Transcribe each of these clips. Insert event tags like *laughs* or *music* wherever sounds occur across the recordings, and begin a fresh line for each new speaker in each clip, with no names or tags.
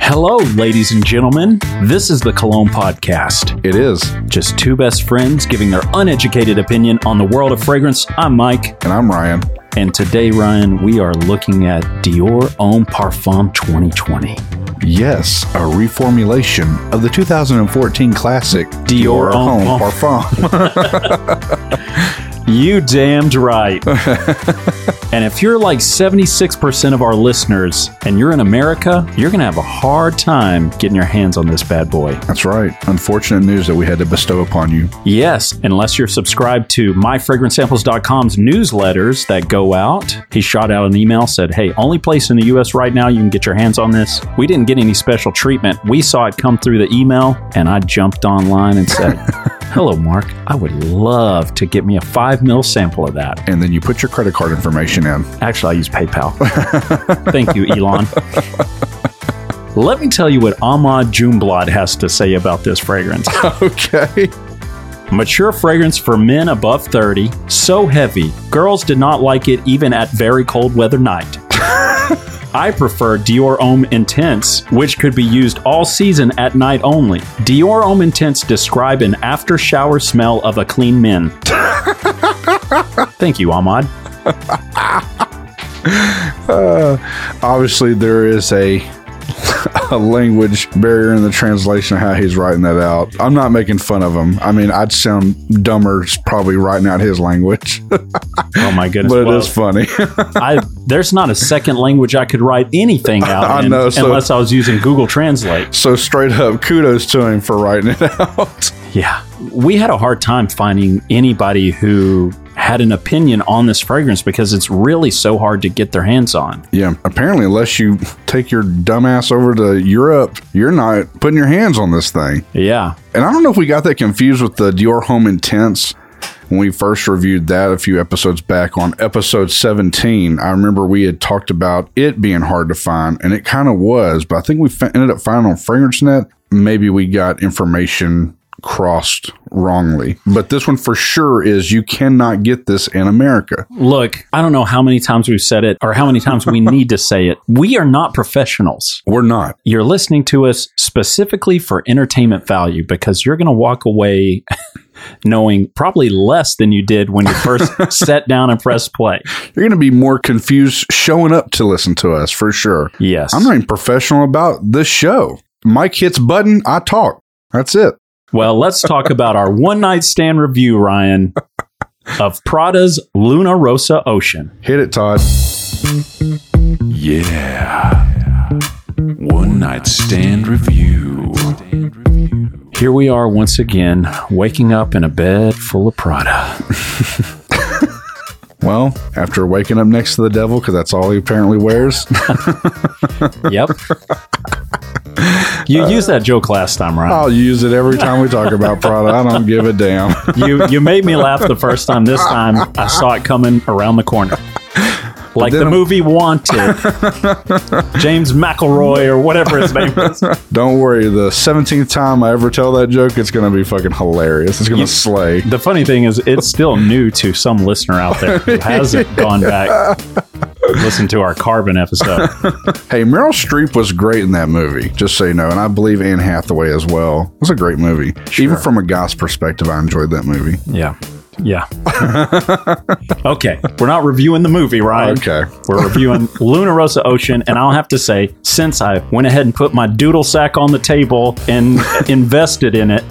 Hello, ladies and gentlemen. This is the Cologne Podcast.
It is.
Just two best friends giving their uneducated opinion on the world of fragrance. I'm Mike,
And I'm Ryan.
and today, Ryan, we are looking at Dior Homme Parfum 2020.
Yes, a reformulation of the 2014 classic
Dior Homme
Homme *laughs* Parfum.
You damned right. and if you're like 76% of our listeners and you're in America, you're going to have a hard time getting your hands on this bad boy.
That's right. Unfortunate news that we had to bestow upon you.
Yes, unless you're subscribed to myfragrancesamples.com's newsletters that go out. He shot out an email, said, Hey, only place in the US right now you can get your hands on this. We didn't get any special treatment. We saw it come through the email, and I jumped online and said, Hello, Mark. I would love to get me a five mil sample of that.
And then you put your credit card information in.
Actually, I use PayPal. Thank you, Elon. Let me tell you what Ahmad Junblad has to say about this fragrance.
*laughs* Okay.
Mature fragrance for men above 30, so heavy, girls did not like it even at very cold weather night.
*laughs*
I prefer Dior Homme Intense, which could be used all season at night only. Dior Homme Intense describe an after shower smell of a clean
*laughs*
men. Thank you, Ahmad.
Obviously, there is a. *laughs* A language barrier in the translation of how he's writing that out. I'm not making fun of him. I mean, I'd sound dumber probably writing out his language, *laughs* but
Oh my goodness.
it
Well,
is funny. *laughs*
I, there's not a second language I could write
*laughs*
anything out
I
in
know, so-
unless I was using Google Translate.
so, straight up, kudos to him for writing it out.
Yeah. We had a hard time finding anybody who had an opinion on this fragrance because it's really so hard to get their hands on.
Yeah, apparently, unless you take your dumbass over to Europe, you're not putting your hands on this thing.
Yeah.
And I don't know if we got that confused with the Dior Home Intense when we first reviewed that a few episodes back on episode 17. I remember we had talked about it being hard to find, and it kind of was, but I think we fa- ended up finding on FragranceNet. Maybe we got information crossed wrongly. But this one for sure is you cannot get this in America.
Look, I don't know how many times we've said it or how many times we need to say it. We are not professionals.
We're not.
You're listening to us specifically for entertainment value because you're going to walk away *laughs* knowing probably less than you did when you first sat down and pressed play.
You're going to be more confused showing up to listen to us for sure.
Yes.
I'm not even professional about this show. Mike hits button, I talk. That's it.
Well, let's talk about our one night stand review, Ryan, of Prada's Luna Rosa Ocean.
Hit it, Todd.
Yeah. One night stand review.
Here we are once again, waking up in a bed full of Prada.
Well, after waking up next to the devil, because that's all he apparently wears, *laughs*
Yep. You used that joke last time, Ryan.
I'll use it every time we talk about Prada. I don't give a damn. *laughs*
You you made me laugh the first time. This time I saw it coming around the corner. Like the movie Wanted. James McElroy or whatever his name is.
Don't worry. The 17th time I ever tell that joke, it's going to be fucking hilarious. It's going to slay.
The funny thing is, it's still new to some listener out there who hasn't gone back listen to our carbon episode.
Hey, Meryl Streep was great in that movie, just so you know. And I believe Anne Hathaway as well. It was a great movie. Even from a guy's perspective, I enjoyed that movie.
Yeah, yeah. okay, we're not reviewing the movie, right?
Okay.
We're reviewing Luna Rosa Ocean, and I'll have to say, since I went ahead and put my doodle sack on the table
*laughs*
and invested in it,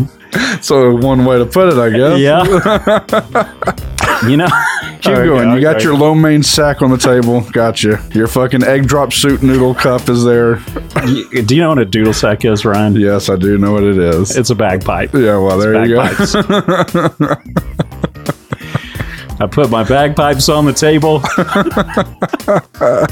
So, one way to put it, I guess. *laughs*
yeah, you know,
Keep
Okay,
going. You got
okay.
your lo mein sack on the table. Gotcha. Your fucking egg drop soup noodle cup is there.
Do you know what a doodle sack is, Ryan?
Yes, I do know what it is.
It's a bagpipe.
yeah, well, there you go.
bagpipes. *laughs* I put my bagpipes on the table.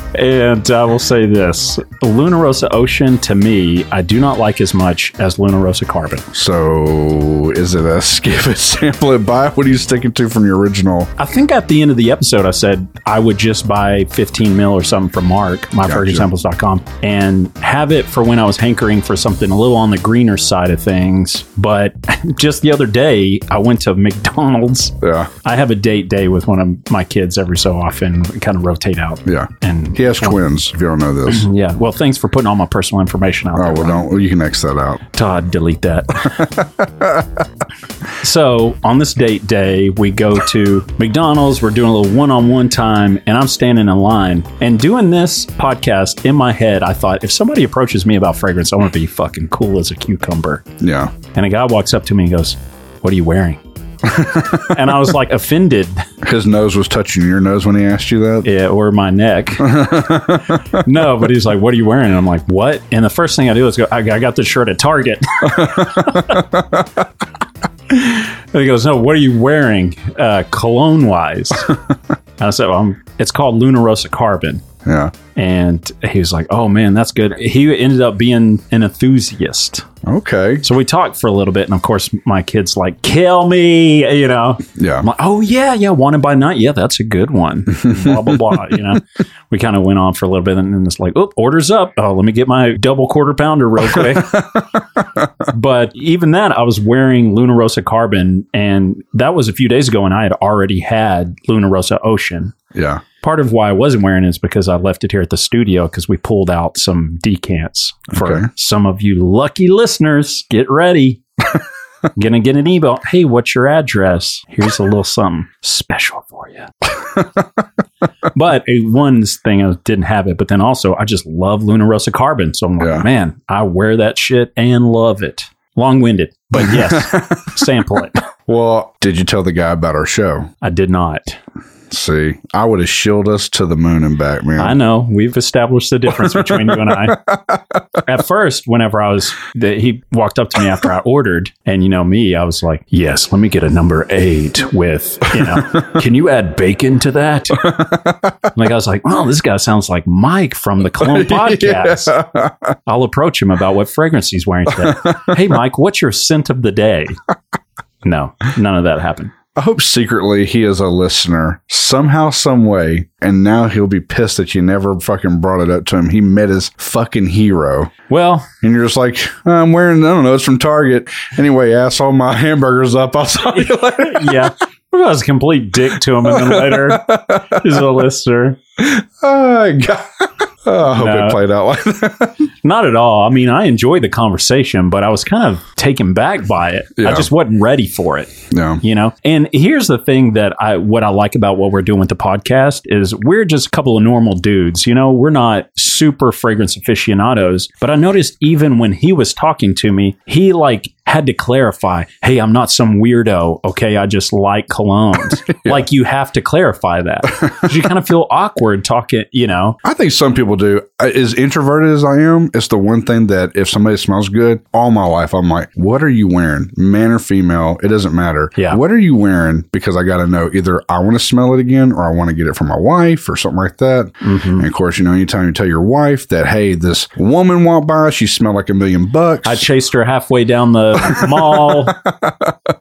*laughs* and I will say this Luna Rosa Ocean, to me, I do not like as much as Luna Rosa Carbon.
So, is it a *laughs* skip it, sample it, buy? it? What are you sticking to from your original?
I think at the end of the episode, I said I would just buy 15 mil or something from Mark, myfergiesamples.com, and have it for when I was hankering for something a little on the greener side of *laughs* things. But just the other day, I went to McDonald's
Yeah.
I have a date day with one of my kids every so often. We kind of rotate out.
Yeah.
And
He has twins, if you don't know this.
yeah, well, thanks for putting all my personal information out
Oh,
there.
well, don't. Well, you can X that out.
Todd, delete that. so on this date day, we go to McDonald's. We're doing a little one on one time, and I'm standing in line. And doing this podcast in my head, I thought, if somebody approaches me about fragrance, I want to be fucking cool as a cucumber.
Yeah.
And a guy walks up to me and goes, What are you wearing? and I was like offended
His nose was touching your nose when he asked you that.
yeah, or my neck. no, but he's like, What are you wearing? And I'm like, What? And the first thing I do is go, I, I got this shirt at Target. and he goes, No, what are you wearing uh, cologne wise? I said, well, I'm- It's called Luna Rosa Carbon.
Yeah.
And he was like, Oh man, that's good. He ended up being an enthusiast.
Okay.
So we talked for a little bit, and of course, my kid's like, "Kill me," you know.
Yeah.
I'm like, "Oh yeah, yeah, wanted by night, yeah, that's a good one." blah blah blah. You know, we kind of went on for a little bit, and then it's like, "Oop, orders up." Oh, let me get my double quarter pounder real quick. but even that, I was wearing Luna Rosa Carbon, and that was a few days ago, and I had already had Luna Rosa Ocean.
Yeah.
Part of why I wasn't wearing it is because I left it here at the studio because we pulled out some decants for
Okay.
some of you lucky listeners. Get
*laughs*
ready. Gonna get an email. Hey, what's your address? Here's a little something special for
*laughs*
you. but a one thing I didn't have it, but then also I just love Luna Rosa Carbon. So I'm like,
Yeah.
man, I wear that shit and love it. Long winded, but
*laughs*
yes, sample it.
Well, did you tell the guy about our show?
I did not.
See, I would have shielded us to the moon and back, man.
I know. We've established the difference between you and I. At first, whenever I was, the, he walked up to me after I ordered, and you know me, I was like, "Yes, let me get a number eight with, you know, can you add bacon to that?" like I was like, "Well, this guy sounds like Mike from the
*laughs*
Clone *laughs* Podcast." I'll approach him about what fragrance he's wearing today. hey, Mike, what's your scent of the day? No, none of that happened.
I hope secretly he is a listener somehow, some way, and now he'll be pissed that you never fucking brought it up to him. He met his fucking hero,
Well,
and you're just like, I'm wearing, I don't know, it's from Target. Anyway, asshole, my hamburger's up. I'll talk to you
*laughs*
later.
yeah. I was a complete dick to him, and then later he's a listener.
Oh, God. Oh, I hope
No.
it played out like that.
Not at all. I mean, I enjoyed the conversation, but I was kind of taken back by it. I
Yeah.
just wasn't ready for it,
No.
you know. And here's the thing that I what I like about what we're doing with the podcast is we're just a couple of normal dudes, you know. We're not super fragrance aficionados, but I noticed even when he was talking to me, he like had to clarify, "Hey, I'm not some weirdo, okay? I just like colognes." Like you have to clarify that. 'Cause you kind of feel awkward talking, you know.
I think some people do. I- As introverted as I am, it's the one thing that if somebody smells good, all my life I'm like, what are you wearing, man or female? It doesn't matter.
Yeah.
What are you wearing? Because I got to know either I want to smell it again or I want to get it from my wife or something like that. And of course, you know, anytime you tell your wife that, hey, this woman walked by, she smelled like a million bucks.
I chased her halfway down
*laughs*
the mall.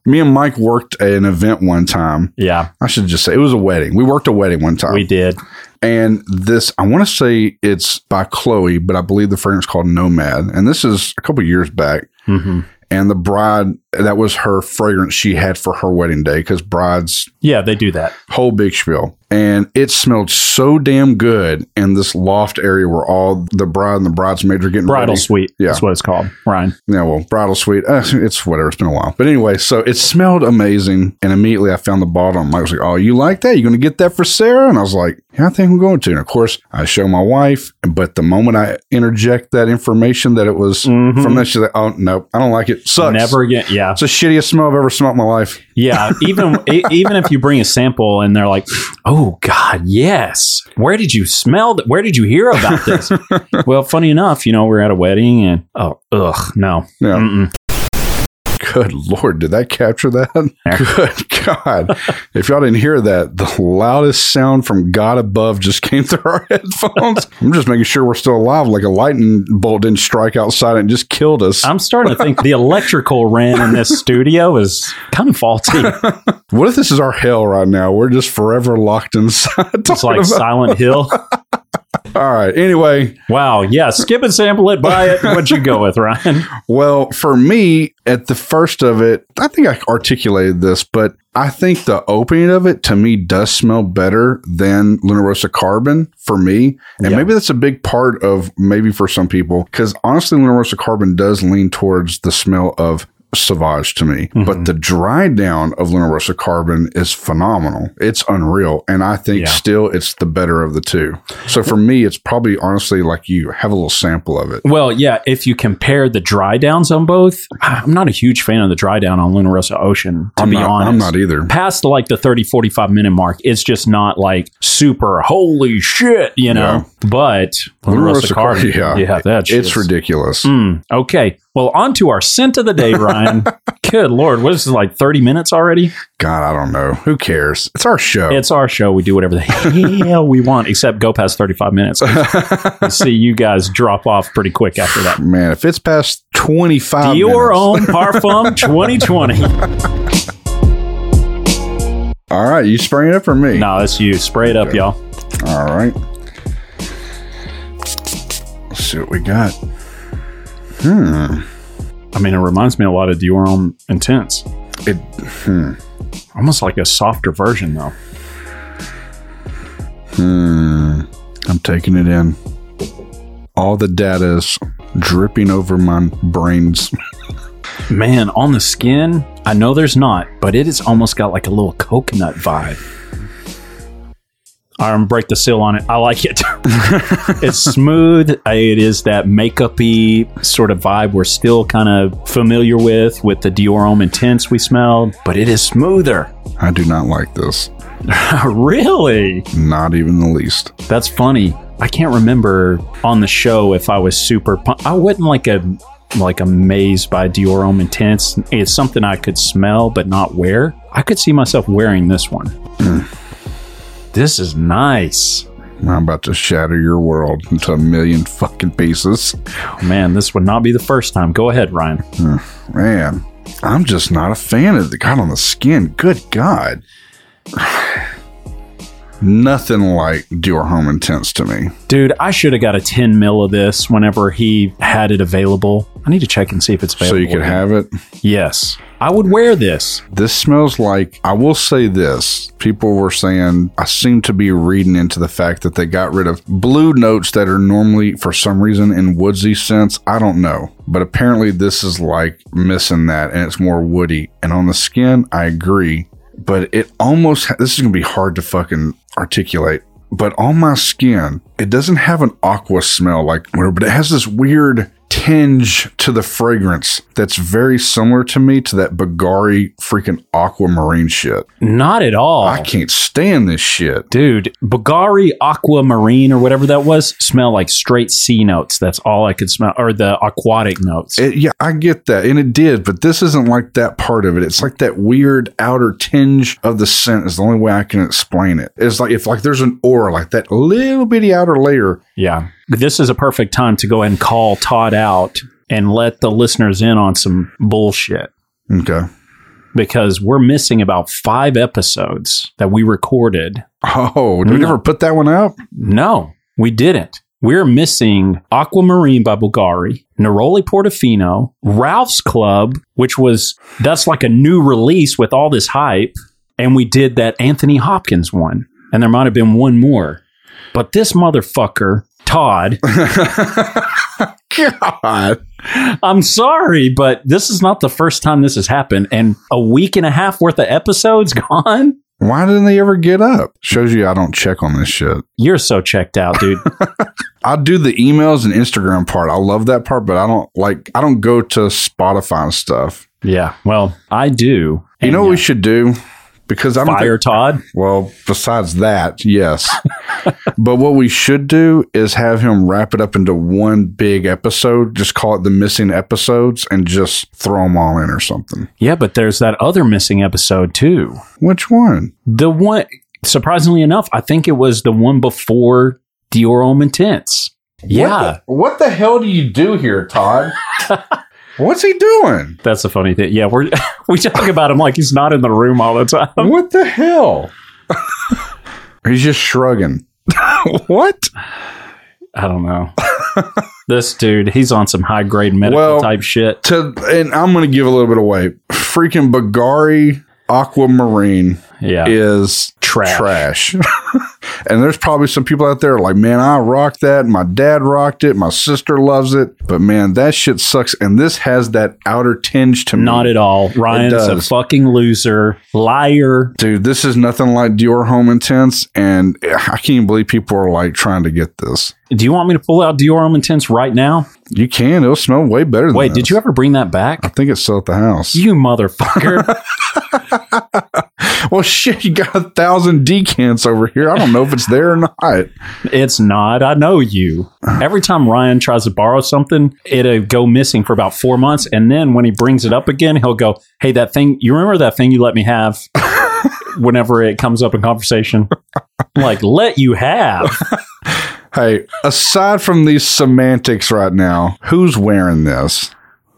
Me and Mike worked at an event one time.
Yeah.
I should just say it was a wedding. We worked a wedding one time.
We did.
And this, I want to say it's by Chloe, but I believe the fragrance is called Nomad. And this is a couple years back.
hmm
And the bride, that was her fragrance she had for her wedding day because brides
Yeah, they do that.
whole big spiel. And it smelled so damn good in this loft area where all the bride and the bridesmaids are getting
Bridal
ready.
suite
Yeah.
is what it's called, Ryan.
Yeah, well, bridal suite. Uh, it's whatever. It's been a while. But anyway, so it smelled amazing. And immediately I found the bottle. And Mike was like, Oh, you like that? You're going to get that for Sarah? And I was like, Yeah, I think I'm going to. And of course, I show my wife. But the moment I interject that information that it was
Mhm.
from that, she's like, Oh, no, I don't like it. Sucks.
Never again. Yeah.
It's the shittiest smell I've ever smelled in my life.
Yeah. Even e- even if you bring a sample and they're like, "Oh God, yes. Where did you smell? Th- where did you hear about
*laughs*
this?" well, funny enough, you know, we're at a wedding and oh, ugh, no.
Yeah.
Mm-mm.
Good Lord. Did that capture that?
*laughs*
Good God. if y'all didn't hear that, the loudest sound from God above just came *laughs* through our
*laughs*
headphones. I'm just making sure we're still alive. Like a lightning bolt didn't strike outside and just killed us.
I'm starting to think the electrical ran in this studio is kind of
*laughs*
faulty.
what if this is our hell right now? We're just forever locked inside. *laughs*
It's
talking
like
about-
Silent Hill.
All right. Anyway,
Wow. Yeah. Skip it, sample it, buy it. What'd you go with, Ryan?
well, for me, at the first of it, I think I articulated this, but I think the opening of it to me does smell better than Lunarosa Carbon for me. And
Yeah.
maybe that's a big part of maybe for some people, because honestly, Lunarosa Carbon does lean towards the smell of Sauvage to me,
Mm-hmm.
but the dry down of Lunarosa Carbon is phenomenal. It's unreal. And I think
Yeah.
still it's the better of the two. So for me, it's probably honestly like you have a little sample of it.
Well, yeah, if you compare the dry downs on both, *sighs* I'm not a huge fan of the dry down on Lunarosa Ocean, to
I'm
be
not,
honest.
I'm not either.
Past like the 30, 45 minute mark, it's just not like super holy shit, you know. But
Lunarosa
Lunarosa Carbon,
Carbon, yeah.
yeah, that's
It's
Mm.
ridiculous.
Okay. Well, on to our scent of the day,
*laughs*
Ryan. Good Lord. What is this, like 30 minutes already?
God, I don't know. Who cares? It's our show.
It's our show. We do whatever the hell we want, except go past 35
*laughs*
minutes. I see you guys drop off pretty quick after that.
Man, if it's past 25
Your
minutes-
own Parfum 2020.
All right, you spraying it up for me?
No, that's you. Spray it up, y'all.
All right. Let's see what we got.
I mean, it reminds me a lot of Dior Homme Intense.
It, hmm,
Almost like a softer version, though.
hmm. I'm taking it in. All the data is dripping over my brains.
Man, on the skin, I know there's not, but it has almost got like a little coconut vibe. I'm gonna break the seal on it. I like it. *laughs* it's smooth. It is that makeup-y sort of vibe we're still kind of familiar with, with the Dior Homme Intense we smelled, but it is smoother. *laughs*
I do not like this.
really?
Not even the least.
That's funny. I can't remember on the show if I was super. Pu- I wasn't like a like amazed by Dior Homme Intense. It's something I could smell but not wear. I could see myself wearing this one. Hmm. This is nice.
I'm about to shatter your world into a million fucking pieces.
Oh, Man, this would not be the first time. Go ahead, Ryan.
Man, I'm just not a fan of the God on the skin. Good God. *sighs* Nothing like Dior Home Intense to me.
Dude, I should have got a 10 mil of this whenever he had it available. I need to check and see if it's
So
available.
you could have it.
Yes. I would wear this.
This smells like, I will say this. People were saying, I seem to be reading into the fact that they got rid of blue notes that are normally, for some reason, in woodsy scents. I don't know. But apparently, this is like missing that and it's more woody. And on the skin, I agree. But it almost, this is going to be hard to fucking articulate. But on my skin, it doesn't have an aqua smell like whatever, but it has this weird tinge to the fragrance that's very similar to me to that Bagari freaking aquamarine shit.
Not at all.
I can't stand this shit.
Dude, Bulgari Aquamarine or whatever that was smell like straight sea notes. That's all I could smell, or the aquatic notes.
It, yeah, I get that. And it did, but this isn't like that part of it. It's like that weird outer tinge of the scent is the only way I can explain it. It's like if like there's an aura, like that little bitty outer layer.
yeah. This is a perfect time to go ahead and call Todd out and let the listeners in on some bullshit
Okay.
because we're missing about five episodes that we recorded.
Oh, did we never put that one out?
No, we didn't. We're missing Aquamarine by Bulgari, Neroli Portofino, Ralph's Club, which was that's like a new release with all this hype, and we did that Anthony Hopkins one, and there might have been one more, but this motherfucker
*laughs*
Todd,
God.
I'm sorry, but this is not the first time this has happened, and a week and a half worth of episodes *laughs* gone.
Why didn't they ever get up? Shows you I don't check on this shit.
You're so checked out,
*laughs*
dude.
I do the emails and Instagram part. I love that part, but I don't like I don't go to Spotify and stuff.
yeah, well, I do.
You know what we
And,
should do? Because I
yeah,
don't
fire
think,
Todd.
well, besides that, yes. *laughs* but what we should do is have him wrap it up into one big episode, just call it the missing episodes and just throw them all in or something.
Yeah, but there's that other missing episode too.
Which one?
The one, surprisingly enough, I think it was the one before Dior Homme Intense. Yeah,
What the, what the hell do you do here, Todd? *laughs* What's he doing?
that's the funny thing. Yeah, we're *laughs* we talk about him like he's not in the room all the time.
What the *laughs* hell? He's just shrugging. *laughs* what?
I don't
*laughs*
know. this dude, he's on some high grade medical
Well-
type shit.
To and I'm going to give a little bit away. Freaking Bagari Aquamarine
Yeah.
is
Trash.
trash. *laughs* and there's probably some people out there like, man, I rocked that. My dad rocked it. My sister loves it. But man, that shit sucks. And this has that outer tinge to me.
Not at all. Ryan's a
does.
fucking loser, liar.
Dude, this is nothing like Dior Home Intense, and I can't believe people are like trying to get this.
Do you want me to pull out Dior Homme Intense right now?
You can; it'll smell way better. Than
Wait, did you ever bring that
I
back?
think it's still at the house.
You motherfucker.
well, *laughs* shit, you got a thousand decants over here. I don't know if it's there or not.
it's not. I know you. Every time Ryan tries to borrow something, it'll go missing for about four months. And then when he brings it up again, he'll go, Hey, that thing, you remember that thing you let me have whenever it comes up in conversation? like, let you have.
Hey, aside from these semantics right now, who's wearing this?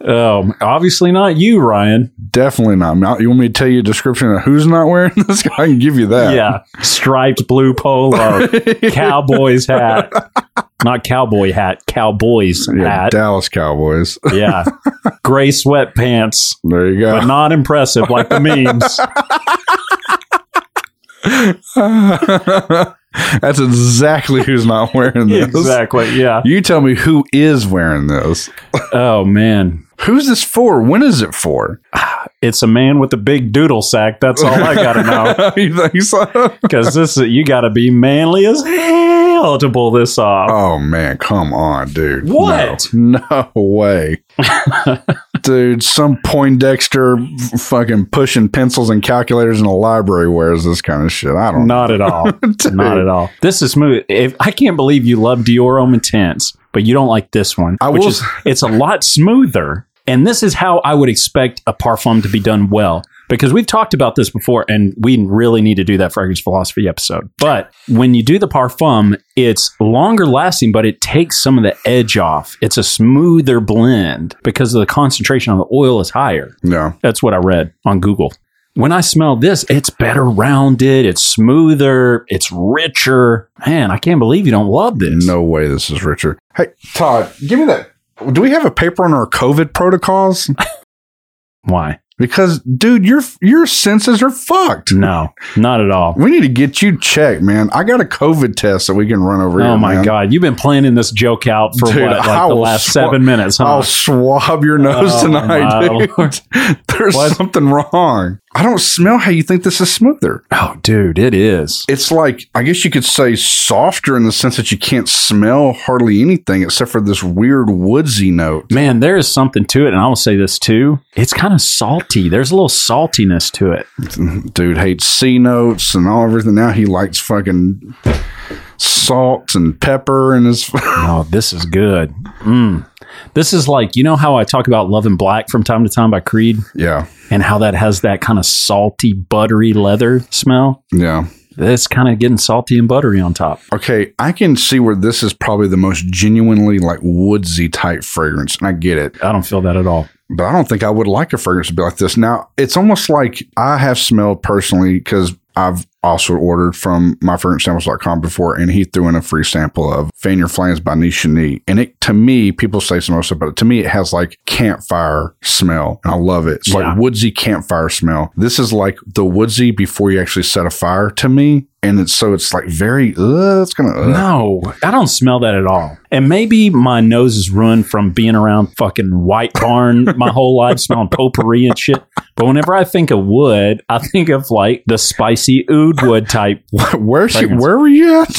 Um, obviously not you, Ryan.
Definitely not. Now, You want me to tell you a description of who's not wearing *laughs* this? I can give you that.
Yeah. Striped blue polo, cowboy's hat. Not cowboy hat, cowboy's
Yeah,
hat.
Dallas Cowboys.
yeah. Gray sweatpants,
There you go.
but not impressive like the memes.
*laughs* That's exactly who's
*laughs*
not wearing this.
exactly. Yeah.
You tell me who is wearing this.
Oh, man.
Who's this for? When is it for?
It's a man with a big doodle sack. That's all I got to know.
*laughs* you think so?
Because this is, you got to be manly as hell to pull this off.
Oh man, come on, dude.
What?
No, no
*laughs*
way. dude, some Poindexter f- fucking pushing pencils and calculators in a library wears this kind of shit. I don't know.
Not at all. *laughs* Not at all. This is smooth. If I can't believe you love Dior Homme Intense, but you don't like this one,
I
which
will-
is it's a lot smoother. And this is how I would expect a parfum to be done well. Because we've talked about this before, and we really need to do that fragrance philosophy episode. But when you do the parfum, it's longer lasting, but it takes some of the edge off. It's a smoother blend because the concentration on the oil is higher.
No.
That's what I read on Google. When I smell this, it's better rounded, it's smoother, it's richer. Man, I can't believe you don't love this.
No way this is Richard. Hey, Todd, give me that. Do we have a paper on our COVID protocols?
Why?
Because, dude, your your senses are fucked.
No, not at
*laughs*
all.
We need to get you checked, man. I got a COVID test that we can run over here.
Oh my
man.
God. You've been planning this joke out for
Dude,
what,
I
like the
will
last
sw-
seven minutes, huh?
I'll swab your nose
Oh, my
tonight,
Lord.
dude.
*laughs*
There's
What?
something wrong. I don't smell how you think this is smoother.
oh, dude, it is.
It's like, I guess you could say softer in the sense that you can't smell hardly anything except for this weird woodsy note.
Man, there is something to it. And I will say this too. It's kind of salty. There's a little saltiness to it.
Dude hates C notes and all everything. Now he likes fucking salt and pepper and his. *laughs*
Oh, this is good. Mm. This is like, you know how I talk about Love and Black from time to time by Creed?
yeah.
and how that has that kind of salty, buttery leather smell.
Yeah.
It's kind of getting salty and buttery on top.
Okay, I can see where this is probably the most genuinely like woodsy type fragrance, and I get it.
I don't feel that at all.
But I don't think I would like a fragrance to be like this. Now, it's almost like I have smelled personally because I've also ordered from myfragrancesamples.com before, and he threw in a free sample of Fan Your Flames by Nisha Nee. And it, to me, people say some other stuff, but to me, it has like campfire smell, and I love it. It's
Yeah.
like woodsy campfire smell. This is like the woodsy before you actually set a fire to me. And it's so it's like very, uh, it's gonna, uh,
No, I don't smell that at all. And maybe my nose is ruined from being around fucking White Barn my whole life, smelling potpourri and shit. But whenever I think of wood, I think of like the spicy oud wood type.
Where's she,
Fragrance.
where were you at?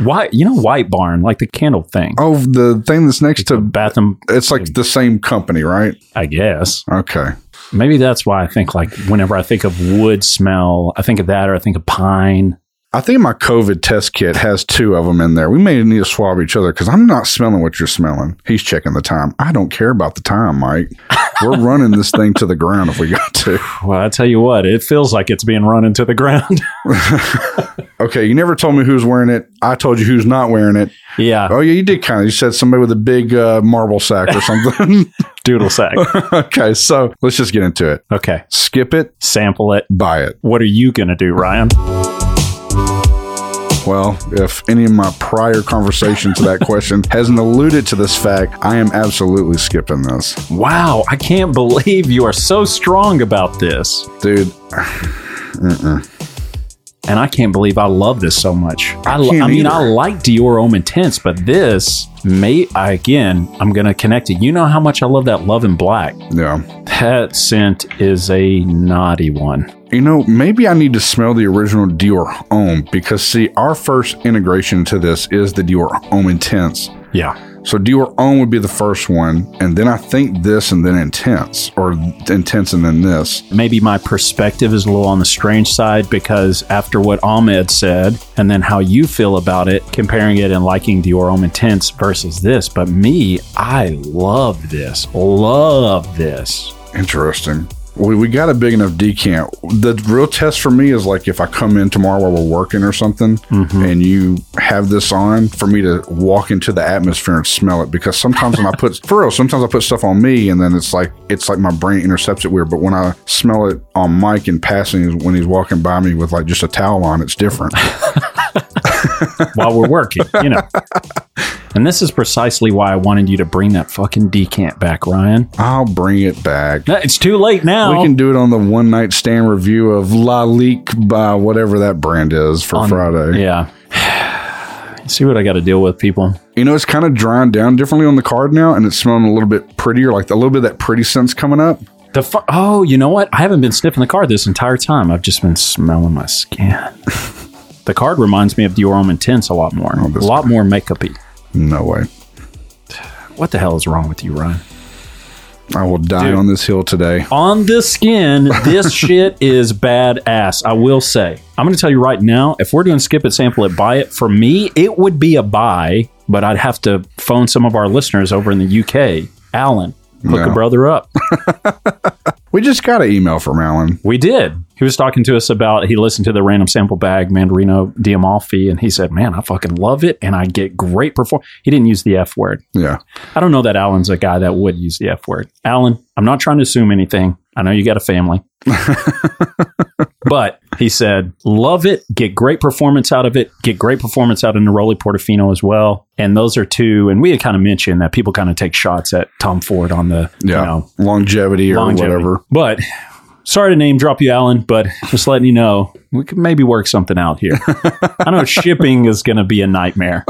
White, you know, White Barn, like the candle thing.
Oh, the thing that's next to
Bath and,
it's like the same company, right?
I guess.
Okay.
Maybe that's why I think like whenever I think of wood smell, I think of that or I think of pine.
I think my COVID test kit has two of them in there. We may need to swab each other because I'm not smelling what you're smelling. He's checking the time. I don't care about the time, Mike. *laughs* We're running this thing to the ground if we got to.
Well, I tell you what, it feels like it's being run into the ground. *laughs*
Okay, you never told me who's wearing it. I told you who's not wearing it.
yeah,
Oh yeah, you did kind of. You said somebody with a big uh, marble sack or *laughs* something.
doodle *laughs* sack.
okay, so let's just get into it.
Okay,
Skip it,
sample it.
buy it.
What are you going to do, Ryan?
Well, if any of my prior conversation to that question hasn't alluded to this fact, I am absolutely skipping this.
Wow, I can't believe you are so strong about this.
Dude,
And I can't believe I love this so much. I, lo-
can't
I mean,
either.
I like Dior Homme Intense, but this, may, I, again, I'm going to connect it. You know how much I love that Love in Black.
yeah.
That scent is a naughty one.
You know, maybe I need to smell the original Dior Homme because, see, our first integration to this is the Dior Homme Intense.
Yeah.
So Dior Homme would be the first one, and then I think this, and then Intense, or Intense, and then this.
Maybe my perspective is a little on the strange side because after what Ahmed said and then how you feel about it, comparing it and liking Dior Homme Intense versus this. But me, I love this. Love this.
Interesting. We, we got a big enough decant. The real test for me is like if I come in tomorrow while we're working or something and you have this on for me to walk into the atmosphere and smell it because sometimes when I put for real, sometimes I put stuff on me and then it's like it's like my brain intercepts it weird. But when I smell it on Mike in passing when he's walking by me with like just a towel on, it's different.
while we're working, you
*laughs*
know. And this is precisely why I wanted you to bring that fucking decant back, Ryan.
I'll bring it back.
No, It's too late now.
We can do it on the one night stand review of La Leak by whatever that brand is for Friday.
yeah. *sighs* See what I got to deal with, people.
You know, it's kind of drying down differently on the card now, and it's smelling a little bit prettier, like a little bit of that pretty scent's coming up.
The fu- oh, you know what? I haven't been sniffing the card this entire time. I've just been smelling my skin. *laughs* the card reminds me of Dior Homme Intense a lot more, a
this
lot more makeupy.
No way.
What the hell is wrong with you, Ryan?
I will die on this hill today.
on the skin, this shit is badass. I will say. I'm going to tell you right now, if we're doing skip it, sample it, buy it, for me, it would be a buy, but I'd have to phone some of our listeners over in the UK. Alan, hook
No.
a brother up.
We just got an email from Alan.
We did. He was talking to us about he listened to the random sample bag Mandarino Diamalfi, and he said, "Man, I fucking love it, and I get great perform." He didn't use the f word.
Yeah.
I don't know that Alan's a guy that would use the F word. Alan, I'm not trying to assume anything. I know you got a family. but he said, love it, get great performance out of it, get great performance out of Neroli Portofino as well. And those are two, and we had kind of mentioned that people kind of take shots at Tom Ford on the,
Yeah.
you know,
longevity or
longevity.
whatever.
But sorry to name drop you, Alan, but just letting you know, we could maybe work something out here. I know shipping is going to be a nightmare.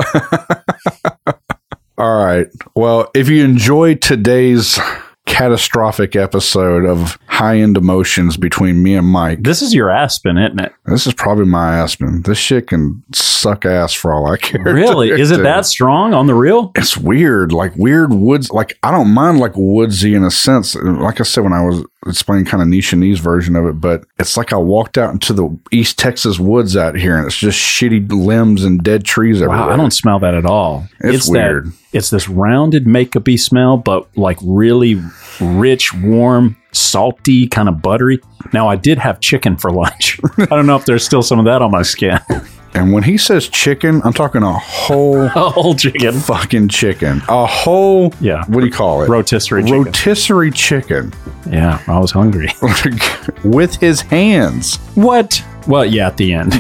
All right. Well, if you enjoyed today's catastrophic episode of high end emotions between me and Mike,
This is your Aspen, isn't it?
this is probably my Aspen. This shit can suck ass for all I care. *laughs*
Really? Is it
Dude.
that strong on the real?
it's weird, like weird woods. Like I don't mind like woodsy in a sense. Like I said when I was explaining kind of Nishanese version of it, but it's like I walked out into the East Texas woods out here, and it's just shitty limbs and dead trees everywhere.
Wow, I don't smell that at all.
It's
that-
weird.
it's this rounded makeupy smell, but like really rich, warm, salty, kind of buttery. Now I did have chicken for lunch. *laughs* I don't know if there's still some of that on my skin. *laughs*
And when he says chicken, I'm talking a whole *laughs*
Whole chicken,
fucking chicken, a whole
Yeah.
What do you call it?
rotisserie chicken.
Rotisserie chicken,
yeah, I was hungry.
Like, *laughs* with his hands.
What? Well, yeah, at the end.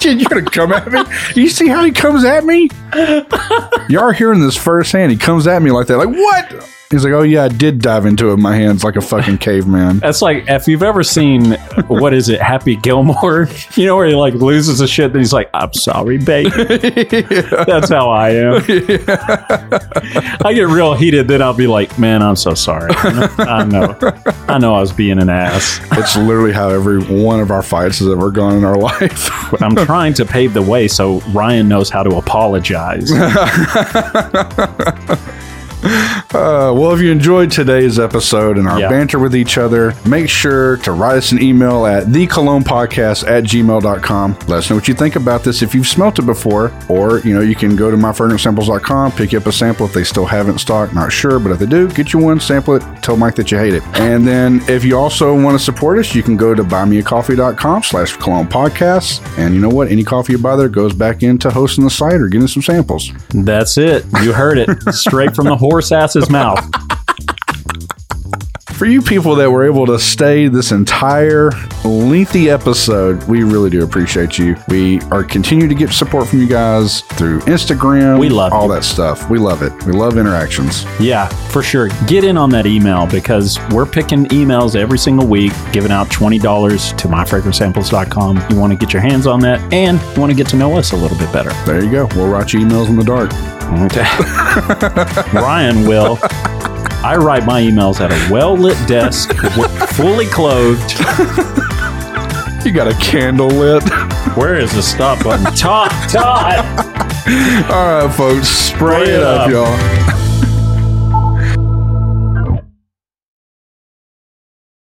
Kid, you're gonna come at me. You see how he comes at me? you are hearing this firsthand. He comes at me like that. Like what? He's like, oh yeah, I did dive into it. My hands like a fucking caveman.
That's like if you've ever seen what is it, Happy Gilmore? *laughs* You know where he like loses his shit, then he's like, "I'm sorry, babe." That's how I am. I get real heated, then I'll be like, "Man, I'm so sorry. I know, I know, I, know I was being an ass,
It's literally how every one of our fights has ever gone in our life. *laughs*
but I'm trying to pave the way so Ryan knows how to apologize."
Uh, well, if you enjoyed today's episode and our
Yeah.
banter with each other, make sure to write us an email at thecolognepodcast at gmail.com. Let us know what you think about this if you've smelt it before, or, you know, you can go to myfragrancesamples.com, pick up a sample if they still have it in stock, not sure, but if they do, get you one, sample it, tell Mike that you hate it. And then if you also want to support us, you can go to buymeacoffee.com slash cologne podcast. And you know what? Any coffee you buy there goes back into hosting the site or getting some samples.
That's it. You heard it straight from the horse ass's mouth.
For you people that were able to stay this entire lengthy episode, we really do appreciate you. We are continue to get support from you guys through Instagram.
We love
all
you.
that stuff. We love it. We love interactions.
Yeah, for sure. Get in on that email because we're picking emails every single week, giving out $20 to myfragrancesamples.com. You want to get your hands on that and you want to get to know us a little bit better.
There you go. We'll write you emails in the dark.
*laughs* Ryan will. I write my emails at a well lit desk, w- fully clothed.
You got a candle lit. *laughs*
Where is the stop button? Todd! Todd!
All right, folks, spray, it up y'all.